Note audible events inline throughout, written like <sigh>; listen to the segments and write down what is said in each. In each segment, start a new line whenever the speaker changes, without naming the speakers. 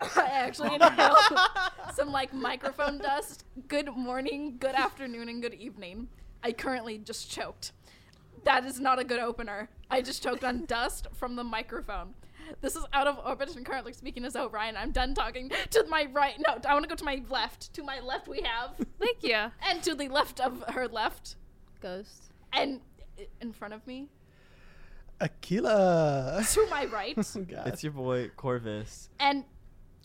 actually inhale <laughs> some like microphone dust. Good morning, good afternoon, and good evening. I currently just choked. That is not a good opener. I just choked on dust from the microphone. This is out of orbit and currently speaking is O'Brien. I'm done talking to my right. No, I want to go to my left. To my left, we have,
Thank you.
and to the left of her left,
Ghost.
and in front of me,
Aquila.
to my right,
God.
It's your boy Corvus.
and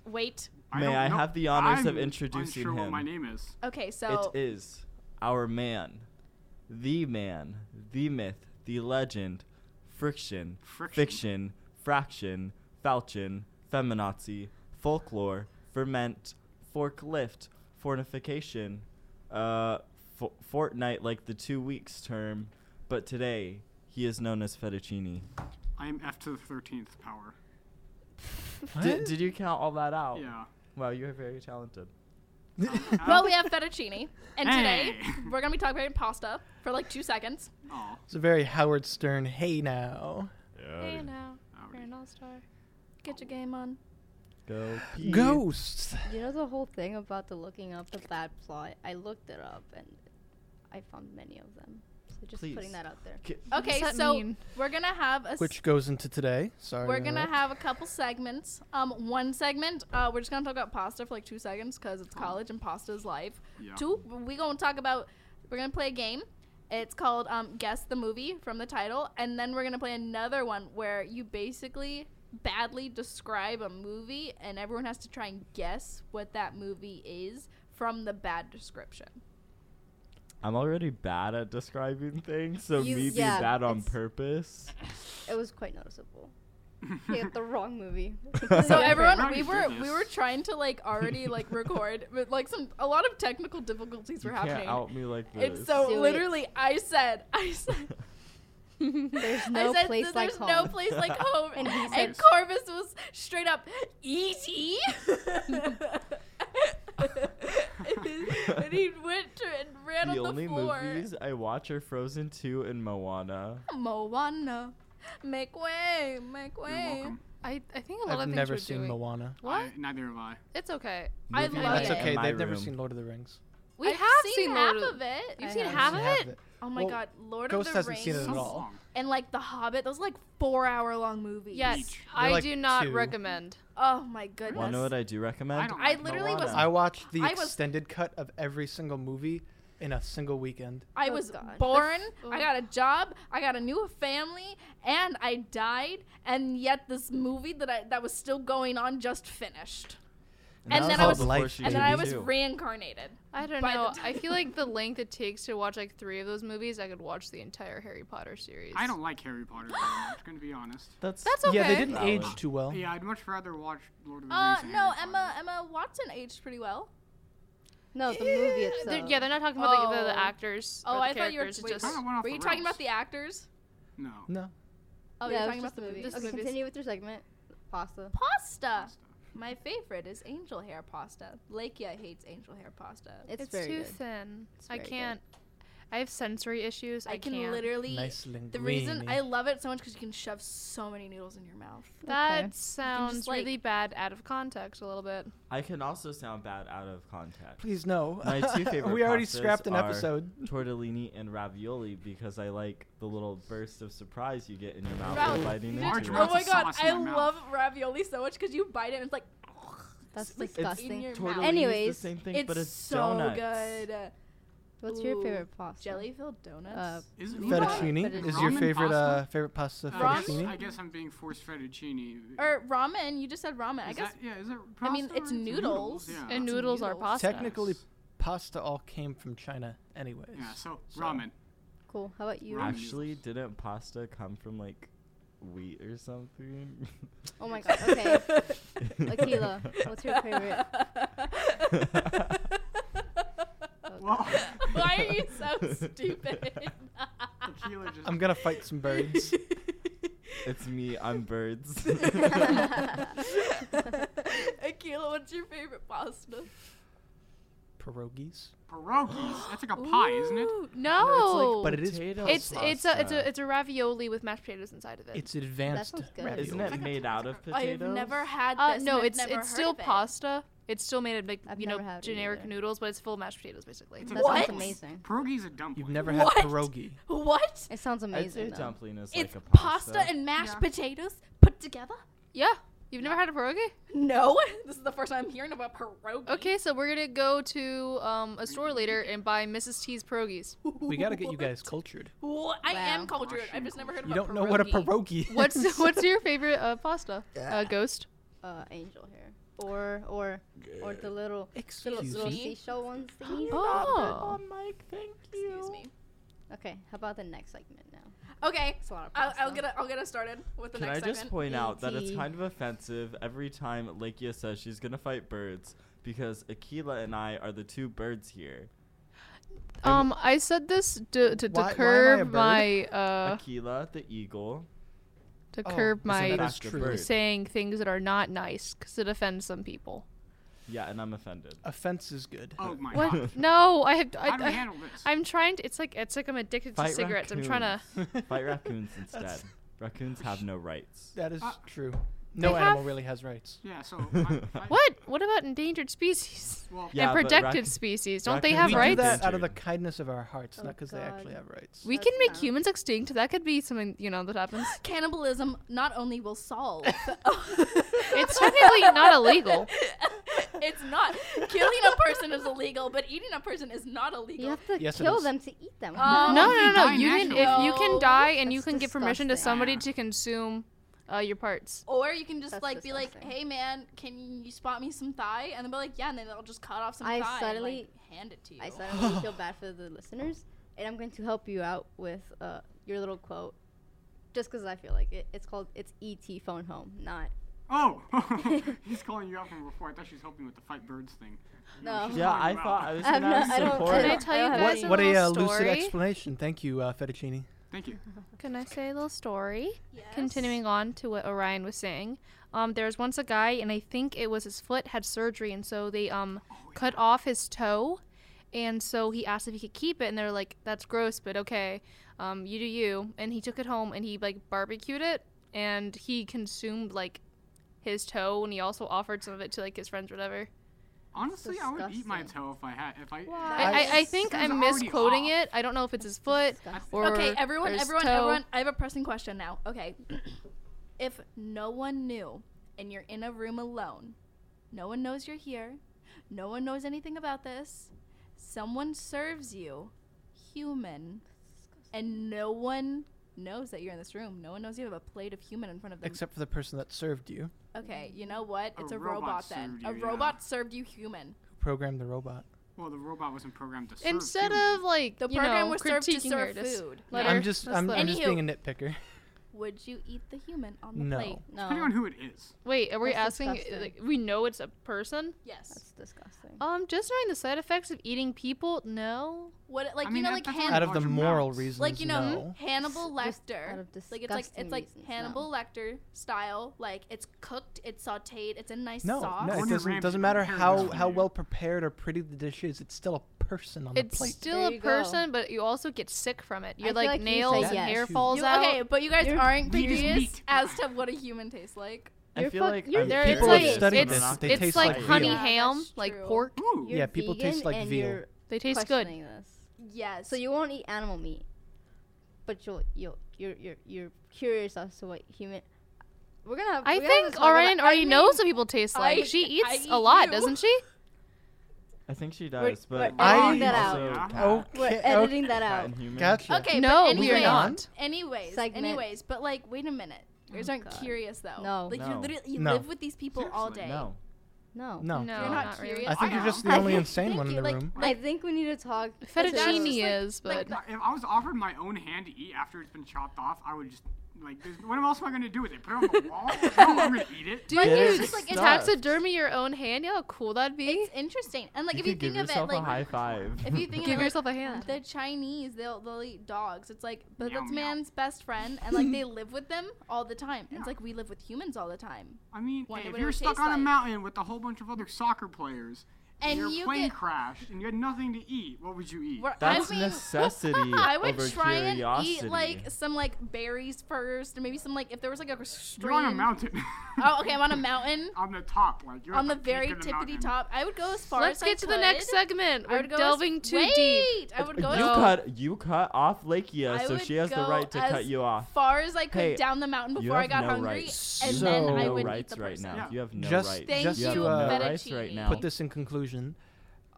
wait.
May
don't
I
know-
have the honors of
I'm
introducing
unsure what
him.
my name is.
Okay, so
It is our man, the man, the myth, the legend, friction,
Friction.
fiction, fraction, falchion, feminazi, folklore, ferment, forklift, fortification, uh, fo- fortnight like the two weeks term, but today he is known as fettuccine.
I am F to the thirteenth power.
Did, did you count all that out? <laughs>
Yeah.
Wow, you're very talented.
well, we have fettuccine, and today
Hey.
we're gonna be talking about pasta for like two seconds.
Oh,
It's a very Howard Stern. Hey now,
Oh,
Hey now, you're
howdy.
an all star. Get your game on.
Go. Pete.
ghosts.
You know the whole thing about the looking up the bad plot? I looked it up and I found many of them. So just
Please.
putting that out there.
K-
Okay,
that
so
mean?
we're gonna have a s-
Which goes into today. Sorry.
we're
to
gonna
interrupt.
have a couple segments. Um, one segment, uh, we're just gonna talk about pasta for like two seconds because it's college and pasta is life.
Yeah. <laughs>
Two, we gonna talk about. We're gonna play a game. It's called um, guess the movie from the title, and then we're gonna play another one where you basically badly describe a movie, and everyone has to try and guess what that movie is from the bad description.
I'm already bad at describing things, so
You-
me being
yeah,
bad on
it's-
purpose.
It was quite noticeable. They got the wrong
<laughs>
movie.
So everyone,
Right,
we
you
were
did
we
this.
were trying to like
<laughs>
already like record, but like some a lot of technical difficulties
you
were
can't
happening.
out me like this.
And so
<laughs>
Do it.
literally, I said, I said,
<laughs> There's no
I said,
place
there's
like home.
no place like home.
And he
and
said-
Corvus was straight up, easy. and he went to and ran
the
on the
only
floor.
movies I watch are Frozen 2 and Moana.
Moana, make way, make
You're
way.
welcome.
I, I think a lot
I've
of
never
things you're
seen
doing.
Moana.
What?
I, neither have I.
It's okay.
I
Movie
love
night
That's
it.
in
okay.
my
They've never
room.
seen Lord of the Rings.
We
I've
have
seen,
seen
half
Lord of-
of it.
You've
I
seen
have.
half
She
of
has
it?
it.
Oh my
Well,
god, Lord
Ghost
of the
hasn't
Rings
seen it at
Sounds
all.
long.
and like The Hobbit. Those are, like four hour long movies.
Yes.
Each.
I
like
do not
two.
recommend.
Oh my goodness.
Wanna know what I do recommend?
I don't
I
like
literally
Moana.
was
I watched the
I was-
extended cut of every single movie in a single weekend.
I
Oh,
was <laughs>
God.
born,
Oh.
I got a job, I got a new family, and I died, and yet this movie that I that was still going on just finished. and
that
then I
all
was-
before
Like,
she
and
could
then I
be
was
due.
reincarnated.
I don't
By the
know.
time-
I feel like the length it takes to watch like three of those movies, I could watch the entire Harry Potter series.
I don't like Harry Potter. Very much, gonna be honest.
That's,
That's okay.
Yeah, they didn't
Valid.
age too well.
Yeah, I'd much rather watch Lord of the
Uh
Rings. than
no,
Harry
Emma
Potter.
Emma Watson aged pretty well.
No, the movie
They're-
itself.
yeah, they're not talking about the, the,
Oh.
the actors.
Oh,
or the
I thought you were
characters,
wait,
it's
Kinda
just
went off
Were
the
you talking
rails.
about the actors?
No.
No.
Oh, you're
yeah, it was
talking
just
about the movies.
movies.
Okay,
Okay,
movies.
continue with your segment. Pasta.
Pasta. My favorite is angel hair pasta. Lakia hates angel hair pasta.
It's,
It's
very
too
good.
thin.
It's
I
very good.
can't. I have sensory issues. I,
I can
can't.
literally
Nice
The reason
linguine.
I love it so much because you can shove so many noodles in your mouth.
That
Okay.
sounds
like-
really bad out of context a little bit.
I can also sound bad out of context.
Please no.
My
<laughs>
two favorite
we already
pastas
scrapped an
are-
episode.
Tortellini and ravioli because I like the little burst of surprise you get in your mouth
Ravioli.
by biting
Dude,
into
Large
it.
oh
amounts
my
of
god,
sauce in
I
my mouth.
love ravioli so much because you bite it and it's like
That's
It's like in
disgusting.
your mouth.
Tortellini
Anyways,
is the same thing,
it's,
but it's
so
donuts.
good.
What's your
Ooh,
favorite pasta?
Jelly filled donuts.
Uh,
Is it udon?
Fettuccine is your
Ramen
favorite uh,
pasta?
favorite pasta.
Uh, I guess-
Fettuccine.
I guess I'm being forced fettuccine.
or ramen. You just said ramen. Er, I
Is
guess
that- yeah, is it
I mean,
pasta or
it's
is it
noodles.
Yeah.
And noodles, are
noodles.
pasta.
Technically, pasta all came from China, anyways.
Yeah, so
So-
ramen.
cool. How about you?
Ramen.
Actually, didn't pasta come from like wheat or something? <laughs>
Oh my god. Okay. Akila, what's
<laughs>
your favorite?
Well,
why are you so stupid?
<laughs> tequila just.
I'm gonna fight some birds. <laughs>
it's me.
<laughs>
I'm birds.
Akila, what's your favorite pasta?
pierogies.
Pierogies. That's like a pie, isn't it?
Ooh,
No,
but it is
Potato
it's
sauce
it's a it's
pasta.
a it's a ravioli with mashed potatoes inside of it.
It's advanced.
sounds good.
ravioli.
<laughs> Isn't it made out of
I've
potatoes?
never had this.
uh,
and
no,
I've
it's
never
it's
heard
still
of it.
pasta. It's still made of like
I've
you know
never had it
generic
either. Mm-hmm.
noodles, but it's full of mashed potatoes basically.
It's
That
a
What?
sounds amazing.
Pierogies a dumpling.
You've never
What?
had pierogi.
What?
It sounds
I'd say
amazing. though.
dumpling is
It's
like a
pasta. and mashed
Yeah.
potatoes put together?
Yeah, you've never had a pierogi?
No, <laughs> this is the first time I'm hearing about pierogi.
Okay, so we're gonna go to um, a store later and buy Mrs. T's pierogies.
We gotta get you guys cultured.
What? I am
Wow.
cultured. I've
Russian
just never heard
You
about
don't know what a
pierogi.
pierogi is. <laughs>
What's what's your favorite uh, pasta? Uh, ghost.
Uh, angel hair, or or or the little the
Excuse
little, little
me.
seashell ones. that you-
Oh,
Mike, thank
Excuse me.
Okay, how about the next segment now?
<laughs> Okay,
It's a lot of
I'll,
pasta.
I'll get it. I'll get us started with the
Can I
next
just
segment.
point out that it's
E.T..
kind of offensive every time Lakia says she's gonna fight birds because Akila and I are the two birds here.
um, I said this to to,
Why- why am I
to
a
curb
bird?
my uh
Akila, the eagle.
to
Oh,
curb
isn't
my
that is
Fact of
true.
bird.
saying things that are not nice because it offends some people.
Yeah, and I'm offended.
Offense is good. <laughs>
Oh my god.
What? no, I have. I,
How do we
I-
handle this?
<laughs> I'm trying to. It's like it's like I'm addicted to
<laughs> Fight
cigarettes. I'm trying to.
<laughs>
Fight raccoons instead.
That's-
Raccoons have no rights.
That is
Uh,
true. No
they
animal
have-
really has rights.
Yeah, so. I, I,
<laughs>
What? What about endangered species
Well,
Yeah,
and
but
protected
racc-
species? Don't they
raccoons
have
we
rights?
do that out of the
Injured.
kindness of our hearts,
Oh
not because they actually
God.
have rights.
We
That's
can make
not-
humans extinct. That could be something you know that happens.
Cannibalism not only will solve. <laughs>
It's technically not illegal.
it's not. Killing a person is illegal, but eating a person is not
You
illegal.
have to
Yes, it
kill
is.
them to eat them.
Oh,
<laughs>
No,
if
no,
you
no, no.
die
You can if
naturally-
you can
No.
die and you
That's
can give permission to
disgusting.
somebody to consume uh, your parts.
Or you can just
That's
like be like,
disgusting.
"Hey man, can you spot me some thigh?" And they'll be like, "Yeah," and then they'll just cut off some
I
thigh and
suddenly-
like, hand it to you. <laughs>
I suddenly feel bad for the listeners, and I'm going to help you out with uh, your little quote, just because I feel like it. It's called "It's ET Phone Home," not
Oh, <laughs> he's calling you out from before. I thought she was helping with the fight birds thing.
No.
she's
Oh,
Yeah,
calling
I
you out.
thought
<laughs>
I was
I'm
gonna
not-
have
I don't- I
support.
don't-
Can I tell you
What-
guys a
What a
little
uh, lucid
story?
explanation. Thank you, uh, Fettuccine.
Thank you.
Can I say a little story?
Yes.
Continuing on to what Orion was saying, um, there was once a guy, and I think it was his foot had surgery, and so they um cut off his toe, and so he asked if he could keep it, and they're like, "That's gross, but okay, um, you do you." And he took it home, and he like barbecued it, and he consumed like his toe, and he also offered some of it to like his friends, or whatever.
Honestly, I would eat my
disgusting.
toe if I had. If I.
Why?
I, I, I
That's-
think
Sounds
I'm
already
misquoting
off.
it. I don't know if it's his foot
disgusting.
or
okay, everyone,
his
everyone,
toe.
everyone. I have a pressing question now. Okay, <clears throat> if no one knew and you're in a room alone, no one knows you're here, no one knows anything about this, someone serves you human, and no one knows that you're in this room. No one knows you have a plate of human in front of them.
Except for the person that served you,
okay, you know what?
A
It's a,
robot
robot, then.
served
a
you, yeah.
robot served you human.
who programmed the robot.
Well, the robot wasn't programmed to serve.
Instead
humans.
of like
The
you
program
know,
was served to
critiquing your
serve
dis-
food.
letter,
I'm just,
that's
I'm,
the-
I'm just
Anywho.
being a nitpicker.
Would you eat the human on the
No.
plate?
Depending on
No,
who it is.
Wait, are we
That's
asking?
disgusting.
Like, we know it's a person.
Yes.
that's disgusting.
Um, just knowing the side effects of eating people. No.
What like
I
you
mean,
know
that-
like
that's
Hannibal.
And
<laughs> Out of the
larger
moral
mouths.
reasons,
like you know
no.
Hannibal
Just out
Lecter.
of
Like it's like it's
disgusting
like
reasons,
Hannibal
no.
Lecter style. Like it's cooked, it's sautéed, it's a nice
No,
sauce.
no, it
Gordon
doesn't.
Ramsay
Doesn't matter
prepared
how
this for
how
you.
well prepared or pretty the dish is. It's still a person on
It's
the plate.
still
There
a
you go.
person, but you also get sick from it. Your
feel
like,
like you said
nails and
yes.
hair
You-
falls
You-
out.
okay, but you guys
You're-
aren't
Meat is
curious
meat.
as to what a human tastes like.
I
You're
feel
fuck-
like
you're
I'm
there-
There, it's
people
like
have
it's,
studied
studied
this.
it's,
They taste
like,
like
honey
veal.
ham,
That's
like
true.
pork.
Ooh.
Yeah, people taste like veal.
They taste good.
questioning This.
Yes.
So you won't eat animal meat, but you'll you'll you're you're you're curious as to what human. We're gonna. Have,
I
we're gonna have
think
this talk about-
Orion
I
already
mean,
knows what people taste
I-
like. she
I
eats
eat
a lot,
you.
doesn't she?
I think she
We're-
does, but
we're
editing
I
that Oh, out.
also
Yeah.
cat-
We're
Okay,
editing that
cat
out.
and human.
Gotcha.
okay,
No,
but
we are
anyways,
not.
Anyways,
Segment.
anyways, but like wait a minute. You guys aren't
God.
curious though.
No.
Like you
No.
literally you
No.
live with these people all
Seriously,
day.
No.
No.
No,
No,
You're not
not really.
curious.
I think you're
I
just
am.
the only
I
insane
Thank
one in
you,
the
like-
room.
I think we need to talk. to-
Fettuccine
<laughs> Fettuccine
like-
is, but
like-
If I was offered my own hand to eat after it's been chopped off, I would just like. There's, what else am I gonna do with it? Put it on
<laughs>
the wall? no, I'm gonna eat it.
dude,
Yes.
It's like- it's-
taxidermy your own hand. You know how cool that'd be.
It's interesting. And like
you
if you
could give
think of it
yourself a
like
high five.
if you think
Give
of it,
yourself a
like,
hand.
the Chinese, they'll they'll eat dogs. It's like, but
Meow,
that's
meow.
man's best friend, and like
<laughs>
they live with them all the time. And It's
Yeah.
like we live with humans all the time.
I mean,
Wonder
hey,
what
if
it
you're
would
stuck
taste
on a
like.
mountain with a whole bunch of other soccer players and
and
your
you
plane
get.
crashed and you had nothing to eat, what would you eat?
Where-
That's
I mean, <laughs>
necessity
I would
over
try
curiosity.
and eat like some like berries first, and maybe some like if there was like a stream.
You're on a mountain.
<laughs> Oh, okay,
<laughs>
I'm on a mountain.
on the top, like you're
on the
peak
very
of the
tippity
mountain. <laughs>
top. I would go as far
Let's
as I
get to the
could.
next segment.
I
We're
would go as-
delving too
Wait,
deep.
I would go
you
as
cut you cut off Lakia,
I
so
would
she has the
go
right to cut
as
you off.
far as I could
Hey,
down the mountain
You
before I
have
got
no
hungry,
rights.
and
You
then
have
I
no
would
rights
eat the
right
person.
now.
Yeah.
You have no
Just-
rights.
Thank
Just
you have
to,
no
uh,
rights right
fettuccine.
now.
Put this in conclusion.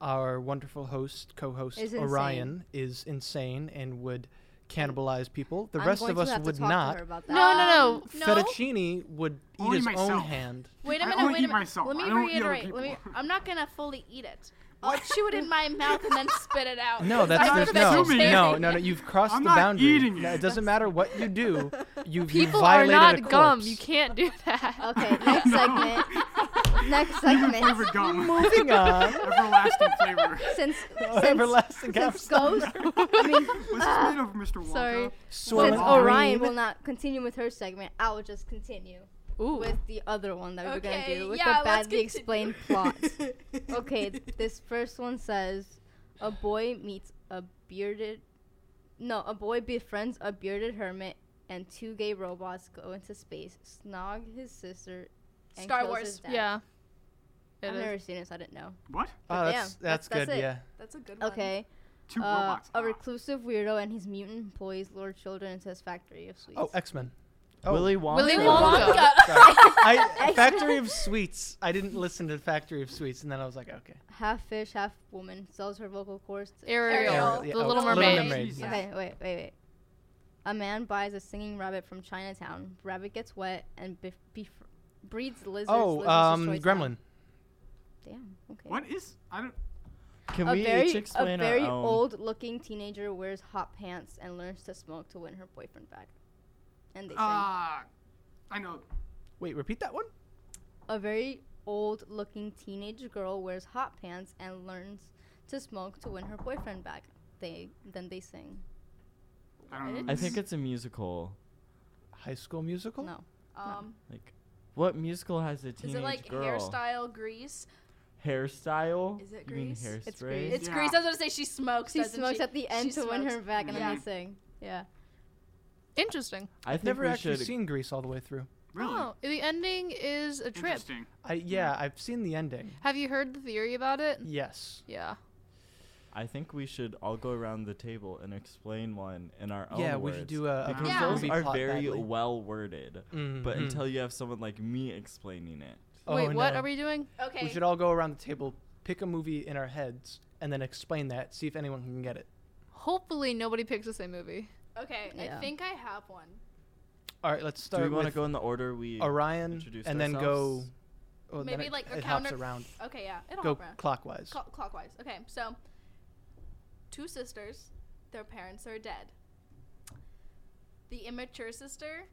Our wonderful host, co-host
Is insane.
Orion, is insane and would cannibalize people. The
I'm
rest
going
of
to
us
have to
would
talk to
not.
her about
No,
that.
no,
No.
no.
Fettuccini would eat
Only
his own
myself.
hand.
Wait a
I
minute. wait
only
a
eat
minute.
myself.
Let
I
me
don't eat other
reiterate. Let me,
people.
I'm not gonna fully eat
<laughs>
it. I'll chew it in my mouth and then spit it out.
No,
'cause
that's
I'm
there's
a
no,
vegetarian.
no, no, no. You've crossed
I'm
the
not
boundary.
eating
No,
it.
it doesn't matter what you do. <laughs> You've
People are
violated a
not gum.
corpse.
You can't do <laughs> that.
Okay, next segment.
<laughs>
next segment.
Flavored gum.
<laughs>
<laughs> Moving <laughs> on.
<laughs> Everlasting flavor.
<laughs>
<laughs>
Since since,
Everlasting
since
capsule.
Ghost,
<laughs>
I mean,
What's this made of, Mr. Wonka?
sorry.
Swirling
since Orion
green.
will not continue with her segment, I will just continue
Ooh.
with the other one that we were gonna
Okay,
do with
yeah,
the
let's
badly
continue. <laughs>
explained plot. okay, this first one says a boy meets a bearded, no, a boy befriends a bearded hermit, and two gay robots go into space, snog his sister. And
Star
kills
Wars.
his dad.
yeah. It
I've
is.
never seen it, so I didn't know.
What?
Oh,
Damn,
that's
that's-
that's
that's
good.
it.
Yeah.
That's a good one.
Okay.
Two
Uh,
robots.
a
Ah.
reclusive weirdo and his mutant employees lure children into his factory of sweets.
Oh, X Men. Oh,
Willy Wonka.
Willy
Wonka.
<laughs>
Wonka.
sorry. I, Factory of Sweets. I didn't listen to Factory of Sweets, and then I was like, okay.
half fish, half woman, sells her vocal cords. to-
Ariel.
Ariel.
The
yeah, oh,
Little
Little
Mermaid.
Mermaid.
Jesus.
Okay, wait, wait, wait. A man buys a singing rabbit from Chinatown. Rabbit gets wet and bef- bef- breeds lizards.
Oh,
lizards
um,
destroys
Gremlin.
town. Damn. Okay.
What is? I don't.
Can
a
we
very,
each
a
explain our
very
own?
old-looking teenager wears hot pants and learns to smoke to win her boyfriend back. And they sing.
Uh, I know.
Wait, repeat that one.
A very old looking teenage girl wears hot pants and learns to smoke to win her boyfriend back. They then they sing.
I don't know.
I
this.
think it's a musical.
High School Musical.
No.
Um,
Like, what musical has a
is
teenage
it like
girl?
hairstyle grease?
Hairstyle?
Is it
You mean
grease?
hairspray?
It's grease.
It's
Yeah.
grease. I was gonna say she smokes.
She
doesn't
smokes
she?
at the
She
end to win
smokes.
her back and then
Yeah.
they sing. Yeah.
Interesting.
I think
Never
we
actually
should.
seen Grease all the way through.
Really?
Oh, the ending is a trip.
Interesting.
I yeah, I've seen the ending.
Have you heard the theory about it?
Yes.
Yeah.
I think we should all go around the table and explain one in our own
Yeah, we
words.
should do a, a
Because
Yeah.
Those
movie
are
plot
very
badly.
well worded, but
Mhm.
until you have someone like me explaining it,
Oh,
Wait, what
no.
are we doing?
Okay.
We should all go around the table, pick a movie in our heads, and then explain that. See if anyone can get it.
Hopefully nobody picks the same movie.
Okay. I
Yeah.
think I have one.
All right, let's start
do we want to
with
go in the order we?
Orion,
introduce
and then go.
ourselves?
Oh, then
Maybe
it-
like a
it hops
counter-
around.
Okay. Yeah. It'll
Go
help around.
clockwise.
Cl- clockwise. Okay, so two sisters, their parents are dead. The immature sister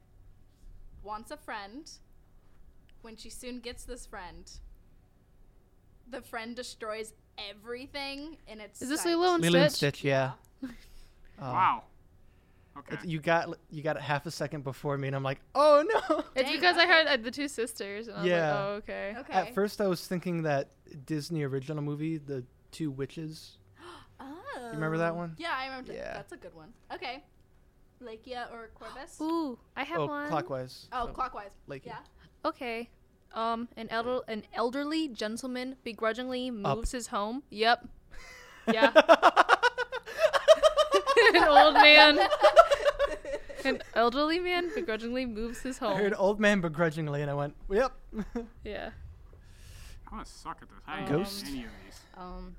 wants a friend. When she soon gets this friend, the friend destroys everything in its
Is this
sight.
Lilo and
Lilo and
Stitch?
Stitch, yeah. <laughs> Oh. e-
Wow. Okay.
It's- you got you got it half a second before me, and I'm like, oh no.
it's
Dang,
because I
okay.
heard uh, the two sisters, and I was
Yeah.
like, oh, okay.
Okay.
At first, I was thinking that Disney original movie, The Two Witches.
oh.
remember that one?
Yeah, I remember.
Yeah.
Yeah. That's a good one. Okay. Lakia or Corvus?
Ooh, I have
oh,
one.
clockwise.
Oh,
So,
clockwise.
Lakey.
Yeah.
Okay. Um, an elder, an elderly gentleman begrudgingly moves his home. Yep.
<laughs>
Yeah. an old <laughs> man. An elderly man begrudgingly moves his
I heard
home.
old man begrudgingly, and I went, <laughs> yep.
Yeah.
I'm gonna suck at this. I didn't
Ghost?
get any of these.
Um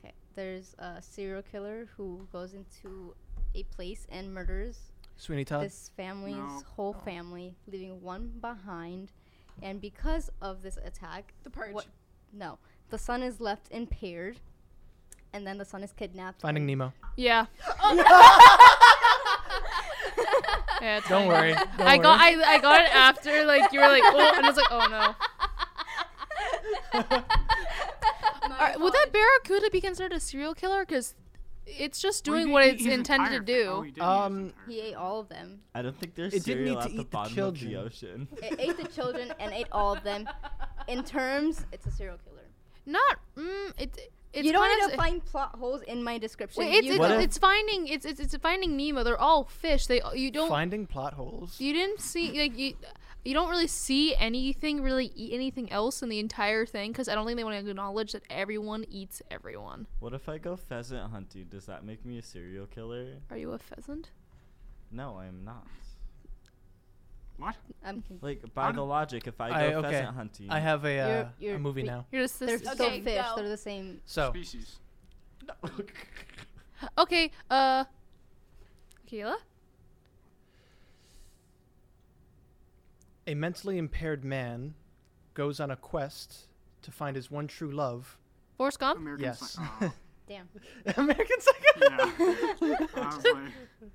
Okay. There's a serial killer who goes into a place and murders
Sweeney Todd.
this family's
No.
whole family, leaving one behind. And because of this attack,
The Purge.
What- no, the son is left impaired, and then the son is kidnapped.
Finding
<laughs> and-
Nemo.
Yeah. yeah it's
Don't
fine.
worry. Don't
I got
worry.
I, I got it after like you were like oh and I was like oh no. Are- would that barracuda be considered a serial killer? Because it's just
Well, you
doing
didn't
what
eat
it's
his
intended to
entire fa- oh,
do.
you didn't eat his
Um,
entire
He ate all of them.
I don't think there's
It didn't
cereal
need to
at the
eat the
bottom of the
children.
ocean. <laughs>
It ate the children and ate all of them. In terms, it's a serial killer.
Not. Mm, it, it's
you don't
kind
need
of-
to find plot holes in my description.
Wait, it's,
you
it's,
What if-
it's finding it's, it's it's finding Nemo. They're all fish. They you don't
Finding plot holes.
you didn't see like you you don't really see anything really eat anything else in the entire thing because I don't think they want to acknowledge that everyone eats everyone.
What if I go pheasant hunting? Does that make me a serial killer?
Are you a pheasant?
No, I am not.
What?
I'm con-
Like by the
I'm-
logic, if I go
I- okay.
pheasant hunting, <laughs>
I have a, uh,
You're- you're
a movie
be-
now.
You're just
they're
this.
still
Okay,
fish.
go.
They're the same.
So
Species.
Okay. Uh, Kayla.
a mentally impaired man goes on a quest to find his one true love. <laughs>
Forrest Gump.
American
Yes. <laughs>
Psy- oh,
Damn.
American Psycho.
yeah. I was like,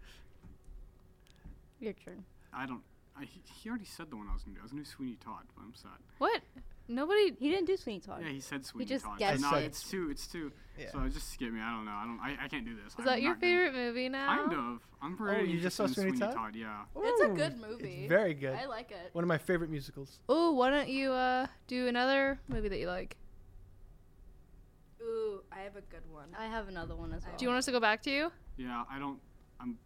Your turn.
I don't. I, he he already said the one I was gonna do. I was gonna do Sweeney Todd, but I'm sad.
What? Nobody.
He didn't do Sweeney
Uh,
Todd.
Yeah, he said Sweeney
just
Todd.
guessed
so no,
it.
it's two. It's two.
Yeah.
So just skip me. I don't know. I don't. I, I can't do this.
Is that
I'm
your
not gonna-
favorite movie now?
Kind of. I'm pretty.
Oh, you just saw
interested in
Sweeney Todd?
Yeah.
It's a
Ooh,
good movie.
It's very good.
I like it.
One of my favorite musicals.
Oh, why don't you uh do another movie that you like?
Ooh, I have a good one.
I have another one as well.
Do you want us to go back to you?
Yeah. I don't. I'm.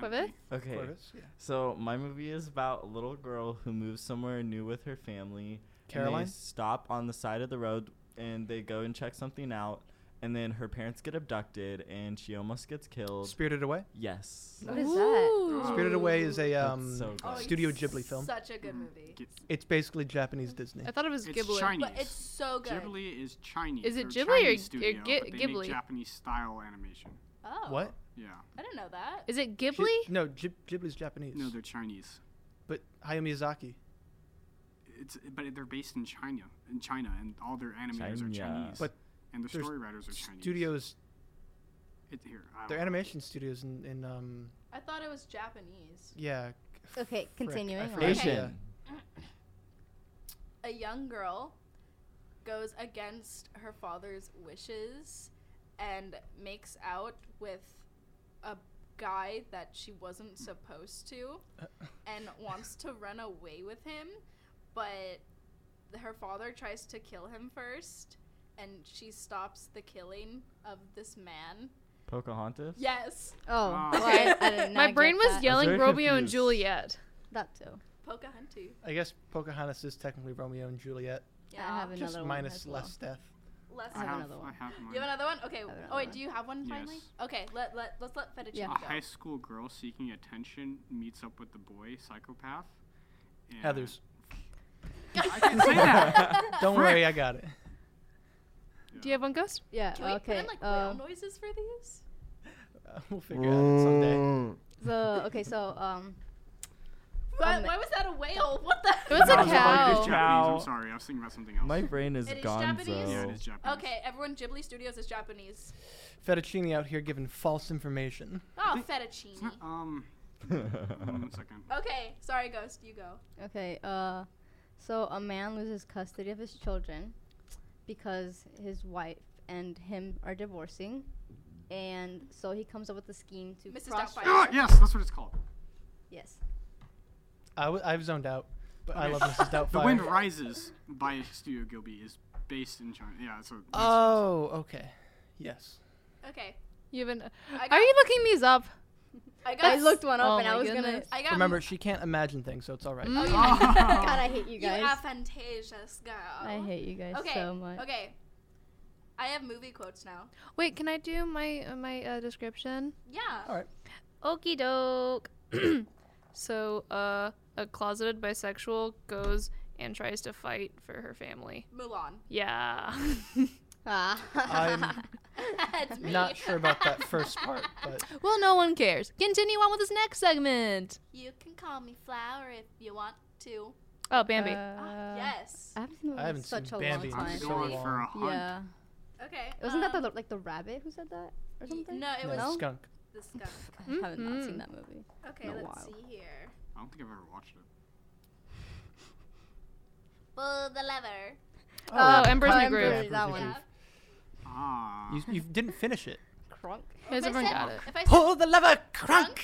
With
empty.
it?
okay.
Clovis, yeah.
So my movie is about a little girl who moves somewhere new with her family. And
Caroline?
they stop on the side of the road and they go and check something out, and then her parents get abducted and she almost gets killed.
Spirited Away.
Yes.
What is that?
Oh.
Spirited Away is a
That's
um,
so good.
Oh,
Studio
it's
Ghibli film.
Such a good
Mm-hmm.
movie.
Get-
It's basically Japanese Disney.
I thought it was
It's
Ghibli.
Chinese.
But it's so good.
Ghibli is Chinese.
Is it
They're a
Ghibli or
Chinese
G- or
studio,
Ghi-
but they
Ghibli?
Make Japanese style animation.
Oh.
What?
Yeah.
I didn't know that.
Is it
Ghib-
Ghibli?
no, Ghib- Ghibli's Japanese.
No, they're Chinese.
but Hayao Miyazaki.
It's but they're based in China, in China, and all their animators are
China.
Chinese.
But
and their
there's
story writers are Chinese.
Studios,
It, here, I
their
don't know.
animation studios in, in um,
I thought it was Japanese.
yeah. c-
Okay,
frick, I
continuing on.
forgot.
Okay.
Asian.
A young girl goes against her father's wishes and makes out with a guy that she wasn't supposed to and wants to run away with him, but her father tries to kill him first and she stops the killing of this man.
Pocahontas.
Yes,
Oh,
Ah.
well, I, I <laughs> did not
My brain
get
was
that.
yelling
very
Romeo and
confused.
Juliet.
That too.
Pocahontas.
I guess Pocahontas is technically Romeo and Juliet,
Yeah.
I have
just
another
minus
one as
less death.
Less
I
have
have
another one.
I have one.
You have another one? Okay.
have another
Oh wait,
one.
do you have one finally?
Yes.
Okay, let let let's let Fettuccine
Yeah.
A
go.
high school girl seeking attention meets up with the boy psychopath. and- <laughs>
Heather's.
I can say that.
<laughs> Don't worry, I got it. <laughs>
Do you have one ghost?
Well. Yeah.
Can we
okay.
put in like whale
um,
noises for these?
Uh, we'll figure it out someday.
so okay. So um.
Why,
um,
why was that a whale? What the?
It was
No,
a
it's about- it's
cow.
Japanese.
Cow.
I'm sorry. I was thinking about something else.
My brain is
It is
gone.
Japanese?
yeah,
<laughs>
it is Japanese.
<laughs> Okay, everyone. Ghibli Studios is Japanese.
Fettuccine out here giving false information.
Oh,
It's
fettuccine.
not- um, hold on one
<laughs>
second.
Okay, sorry, Ghost. You go.
Okay. Uh, so a man loses custody of his children because his wife and him are divorcing, and so he comes up with a scheme to
Mrs.
cross-
Doubtfire.
Ah, yes, that's what it's called.
Yes.
I w- I've zoned out, but I
Okay.
love Mrs. Doubtfire.
<laughs> The Wind Rises by Studio Gilby is based in China. Yeah, so. that's-
Oh, okay. Yes.
Okay,
You have an,
I got.
Are you looking these up?
I got.
I looked one up
Oh
and I
my
was
goodness.
I got. <laughs>
Remember, she can't imagine things, so it's all right.
<laughs>
Mm.
gonna. God, I hate you
you
guys.
are fantasia, girl.
I hate you guys
Okay.
so much.
Okay. I have movie quotes now.
Wait, can I do my uh, my uh, description?
Yeah.
All right.
Okie doke. <clears throat> so, uh, a closeted bisexual goes and tries to fight for her family.
Mulan.
<laughs>
Yeah. <laughs>
I'm
Ah.
it's me.
not sure about that first part, but
well, no one cares. Continue on with this next segment.
You can call me Flower if you want to.
Oh, Bambi.
Ah,
Uh,
yes.
I haven't seen,
I haven't
such
seen
a
Bambi in
long time.
I'm going
So
for a hunt.
Yeah.
Okay.
Wasn't that
um,
the like the rabbit who said that or something?
No, it
no,
was
No?
skunk.
the skunk.
I have not
Mhm.
seen that movie.
Okay,
No,
let's
wow.
see here.
I don't think I've ever watched it.
Pull the lever.
Oh, Emperor's New
Emperor's
Groove.
Groove. that
Emperor's New
one.
Groove.
Ah.
You, you didn't finish it.
<laughs> Crunk.
Guys,
If I
everyone
said-
got it.
If I said
Pull the lever, crunk.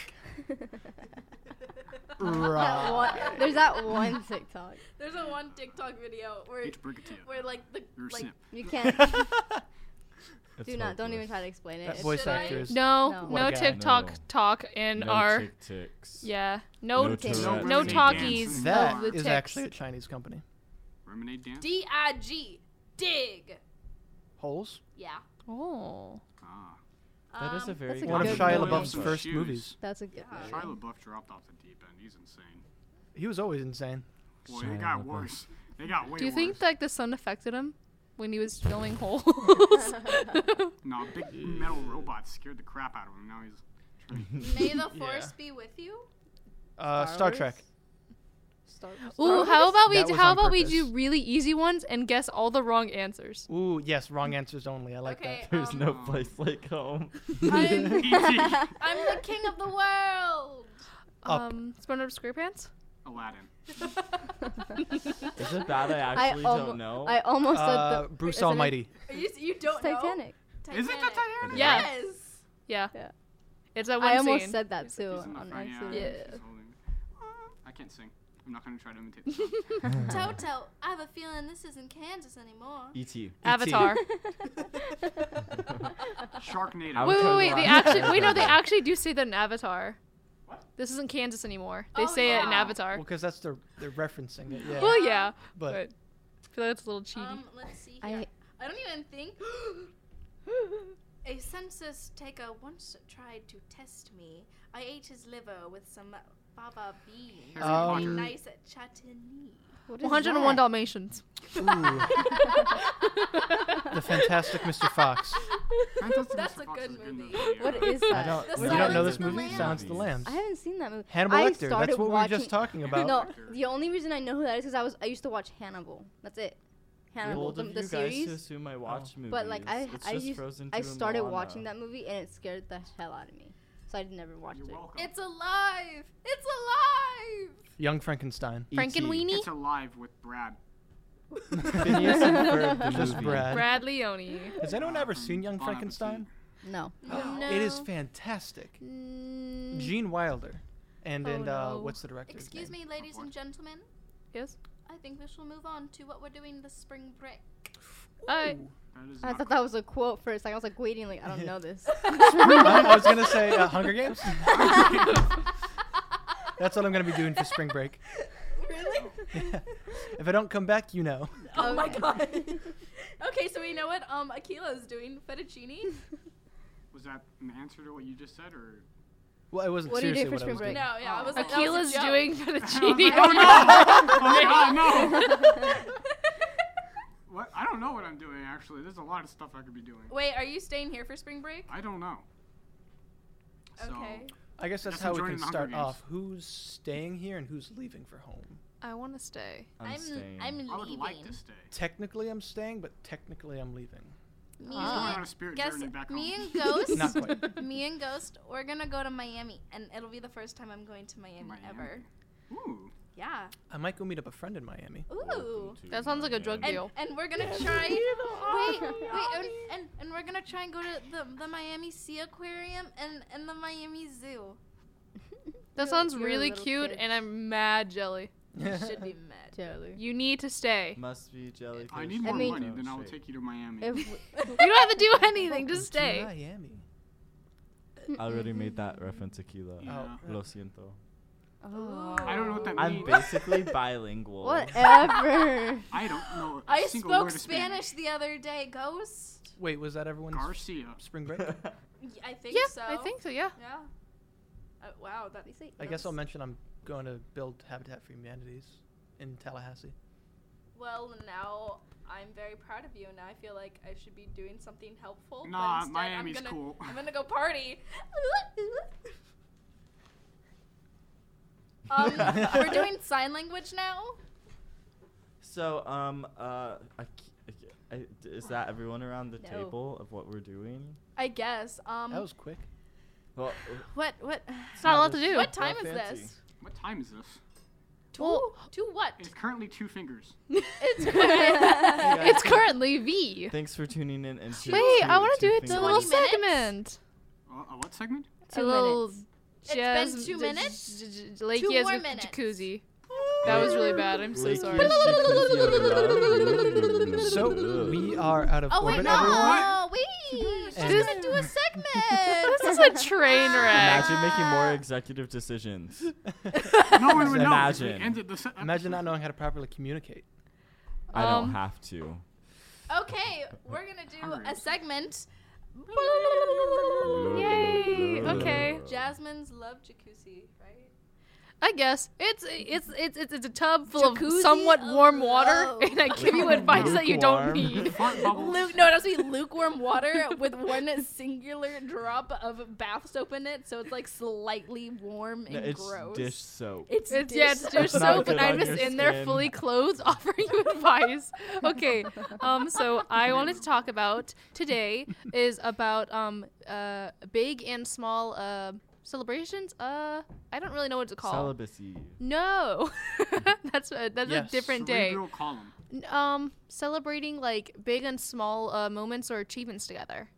Right.
What? There's
<laughs>
that one TikTok.
There's a one TikTok video where
Each brigadier.
where like the
You're a
like
simp.
<laughs>
You can't.
It's
do not. Don't even
hopeless.
try to explain it.
That
It's-
voice
Should I-
actor is
No.
No,
What
no
a guy.
TikTok
No.
talk in
no
our
Tic Tacs.
yeah. No,
No
t-
Tourette's.
no
Lemonade
talkies.
dance.
that
no, the
is
tics.
actually a Chinese company.
Lemonade dance.
D I G dig.
Holes.
Yeah.
Oh,
ah,
That is a
Um,
very
a
One of
good
Shia
movie.
LaBeouf's
Williams'
first
shoes.
movies.
That's a good
Yeah.
Shia
movie.
LaBeouf dropped off the deep end. He's insane.
He was always insane.
Boy,
Shia
they got
LaBeouf.
worse. They got way
do you think
worse.
like the sun affected him when he was filming <laughs> holes?
No, a big metal robot scared the crap out of him. Now he's.
May
<laughs>
the
Yeah.
force be with you.
Uh, Star Trek.
Star
Ooh, how about we
That
do,
was
how
on
about we do
purpose.
really easy ones and guess all the wrong answers?
Ooh, yes, wrong answers only. I like
okay.
There's
um,
no place
<laughs>
like home.
I'm,
E.T.
<laughs> I'm the king of the world.
Up.
Um, SpongeBob SquarePants.
Aladdin.
Is
<laughs>
it bad I
I
actually
almo-
don't know?
<laughs> I
that.
almost said
Uh,
the
Bruce
isn't it-
Almighty.
You, you don't
It's Titanic.
know.
Is it the Titanic?
Yeah.
Yes.
Yeah.
Yeah.
It's that one
I almost
scene.
said that too
He's in the
on
front,
accident.
yeah.
accident.
he's holding- Ah, I can't sing. I'm not gonna try to imitate. The song.
Toto, I have a feeling this isn't Kansas anymore.
E.T.
Avatar.
Sharknado.
I would
wait, wait,
totally
wait. They
watch
actually
that.
<laughs>
wait. No, they actually do say that in Avatar.
What?
This isn't Kansas anymore. They
Oh,
say it in
yeah.
<laughs>
Avatar.
Well, because that's their they're referencing it. Yeah.
Well, yeah, but,
but
I feel like that's a little cheaty.
Um, let's see here.
I-
I, don't even think <gasps> a census taker once tried to test me. I ate his liver with some baba beans
Um,
and a nice <laughs> chutney.
<laughs> What is
101
that?
Dalmatians.
ooh, the Fantastic Mr. Fox.
Fantastic
That's
Mr.
a
Fox
good
is
movie.
yeah.
What is
I
that?
don't.
The
you don't know
Silence
this
of the
movie?
Lambs.
Silence of the Lambs.
I haven't seen that movie.
Hannibal
I
Lecter.
started
That's what we were just talking
watching-
about.
<laughs> No,
Lecter.
the only reason I know who that is because I was I used to watch Hannibal. That's it. Hannibal,
Bold
the,
of
the
you guys to
series.
assume I watch movies.
Oh. But like I
It's
I
just
used,
Frozen
I
2 and
started
Moana.
watching that movie and it scared the hell out of me, so I never watched
You're
it.
<laughs>
welcome.
It's alive! It's <gasps> alive!
Young Frankenstein.
E.T.
Frankenweenie.
It's alive with Brad.
Phineas and Ferb, the
Just
movie.
Brad.
Brad Leone.
Has anyone ever
uh, from
seen Young
Bon
Frankenstein?
No.
<gasps> It is <laughs> fantastic. Gene Wilder, and
Oh,
and uh,
no.
what's the director?
Excuse me, ladies and gentlemen.
Yes.
I think we shall move on to what we're doing this spring break.
That
I,
is
I
not
thought that was a quote for a second. I was like waiting, like I don't know this.
<laughs> I was gonna say uh, Hunger Games. That's what I'm gonna be doing for spring break. <laughs>
Really?
if I don't come back, you know.
Oh my god. <laughs> okay, so we know what um Akila's doing. <laughs> Fettuccine?
Was that an answer to what you just
<laughs>
said, or?
Well, it wasn't
What do you do
seriously
for
what I was doing.
spring break?
No, yeah, I was like, that was a
Aquila's
joke.
doing fettuccine.
oh no! oh my god, no! What? I don't know what I'm doing actually. There's a lot of stuff I could be doing.
<laughs> Wait, are you staying here for spring break?
I don't know. So,
Okay.
I guess that's
That's
how we
enjoying
can
the Hunger
start
Games.
off. Who's staying here and who's leaving for home?
I want to stay.
I'm,
I'm
staying.
I'm leaving.
I would like to stay.
Technically, I'm staying, but technically, I'm leaving.
Me
He's going on
and
a spirit
guess
journey back
me
home.
and Ghost
Not
<laughs>
quite.
Ah. me and Ghost, we're gonna go to Miami and it'll be the first time I'm going to Miami,
Miami.
ever.
Ooh.
Yeah.
I might go meet up a friend in Miami.
Ooh.
That sounds like a drug
And,
deal.
and we're gonna try wait, wait, and, and, and we're gonna try and go to the, the Miami Sea Aquarium and, and the Miami Zoo.
That
You're-
sounds
you're a
really
little
cute,
kid.
and I'm mad jelly.
<laughs> Should
<laughs>
be mad.
Totally.
You need to stay.
Must be jellyfish.
I need
I
more
mean-
money, then I will take you to <laughs> Miami.
If w- <laughs>
You don't have to do anything. Just stay.
Miami.
I already <laughs> made that reference, Aquila.
Yeah.
uh,
Lo siento.
oh.
I don't know what that
I'm
means. <laughs>
basically bilingual.
Whatever.
I don't know. I
I
single
spoke
word of
Spanish the other day, Ghost.
Wait, was that everyone's
Garcia.
spring break?
Y- I think
Yeah,
so.
I think so. Yeah.
Yeah. Uh, wow, that
Let me see.
I guess I'll
that's-
mention I'm going to build Habitat for Humanities in Tallahassee.
Well, now I'm very proud of you. Now I feel like I should be doing something helpful. but
Nah,
instead
Miami's
I'm gonna,
cool.
I'm gonna go party. um, we're doing sign language now.
<laughs> So, um, uh, I, I, is that everyone around the
No.
table of what we're doing?
I guess. Um,
that was quick.
Well,
what what
It's not a lot to
Not
do.
what time
not
is
fancy.
this?
What time is this?
Two two what?
<laughs> It's currently two fingers.
It's good.
<laughs> It's currently V.
Thanks for tuning in. And
Wait, I want to do it.
it
It's a little
minutes?
segment.
Uh, uh, what segment?
It's a
Two
little
minutes.
It's been two minutes? Two
Lakey
more
has a
minutes. Oh.
jacuzzi. That was really bad. I'm so
Lakey
sorry.
jacuzzi.
So we are out of
<laughs> Oh wait,
orbit,
no,
everyone.
wait. She's
And-
gonna do a segment.
This is a train
Ah.
wreck.
Imagine making more executive decisions.
No one would know. if we
Imagine.
Ended the se-
<laughs> Imagine
episode.
not knowing how to properly communicate.
I don't
Um,
have to.
okay, we're gonna do a segment.
Yay! Okay.
Jasmine's love jacuzzi, right?
I guess it's it's it's it's, it's a tub full
Jacuzzi Oh.
of somewhat warm
of
water,
love.
and I give you advice that you don't
Lukewarm.
need.
Fart
Oh,
<laughs>
bubbles.
Lu- no, it has to be lukewarm water with one singular drop of bath soap in it, so it's like slightly warm and
No, it's
gross.
dish soap.
It's,
It's,
dish
yeah, it's dish
It's not
soap,
good
and I'm
on
just
your
in there
skin.
fully clothed, <laughs> offering you advice. Okay, um, so I wanted to talk about today is about um, uh, big and small uh, celebrations. Uh, I don't really know what to call.
Celibacy.
no, <laughs> that's a, that's
Yes.
a different day.
Cerebral column.
N- um celebrating like big and small uh, moments or achievements together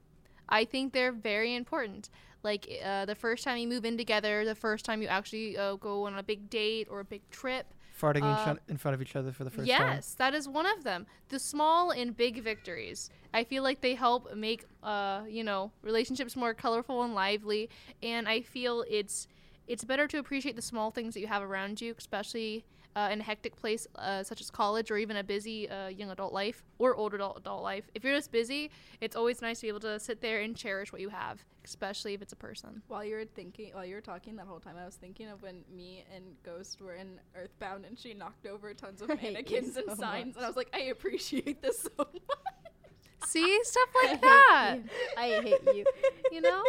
i think they're very important like uh, the first time you move in together the first time you actually uh, go on a big date or a big trip
Farting in
Uh,
shun- in front of each other for the first time.
yes that is one of them the small and big victories i feel like they help make uh you know relationships more colorful and lively and i feel it's it's better to appreciate the small things that you have around you especially uh, in a hectic place uh, such as college or even a busy uh, young adult life or old adult, adult life if you're just busy it's always nice to be able to sit there and cherish what you have especially if it's a person
While you were thinking, while you were talking that whole time, I was thinking of when me and Ghost were in Earthbound, and she knocked over tons of
I hate you
mannequins and
so
signs,
much.
and I was like, I appreciate this so much.
see stuff
<laughs>
I
like
hate
that
you. I hate you.
you know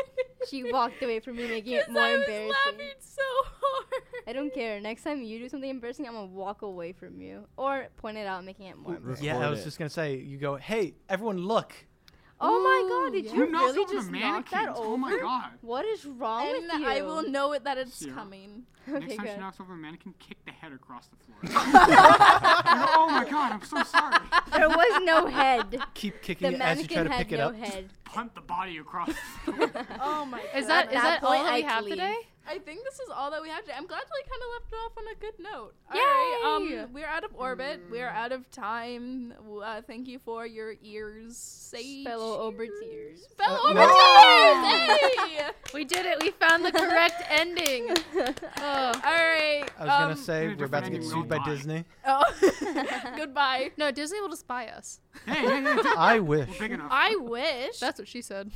She walked away from me, making it
<laughs> Because
more
I was
embarrassing.
laughing so hard.
I don't care. Next time you do something embarrassing, I'm gonna walk away from you or point it out, making it more.
Re-
embarrassing.
Yeah, I
Record
was
it.
just gonna say, you go, hey, everyone, look.
Oh my god!
Ooh,
Did
yeah.
you
Who knocked
really
over
just
the
knock that
mannequins?
over?
Oh my
<laughs>
god.
What is wrong
And
with you?
I will know it that it's
Yeah.
<laughs>
coming.
<laughs> Okay,
Next time
good.
she knocks over a mannequin, kick the head across the
<laughs>
floor. <laughs> oh my god, I'm so sorry.
There was no head.
Keep
The
kicking it as you try
mannequin
to pick
had
it
no
up.
head.
Punt the body across the floor.
<laughs>
Oh my god.
is that is
that
that all
point,
that we
I'd
have
leave.
today
I think this is all that we have today. I'm glad we kind of left it off on a good note.
Yay!
right, um, we're out of orbit. We're
Mm.
out of time. W- Uh, thank you for your ears. Say
Fellow
cheers.
Oberteers.
Fellow
Uh,
over
no.
tears.
<laughs>
Hey!
We did it. We found the correct ending. Oh.
All right.
I was gonna
um,
say
Gonna
we're about to get
defend you.
sued by
Why?
Disney.
<laughs>
Oh. <laughs> Goodbye.
No, Disney will just buy us.
Hey, hey, hey.
I wish.
We're big enough.
I wish.
That's what she said.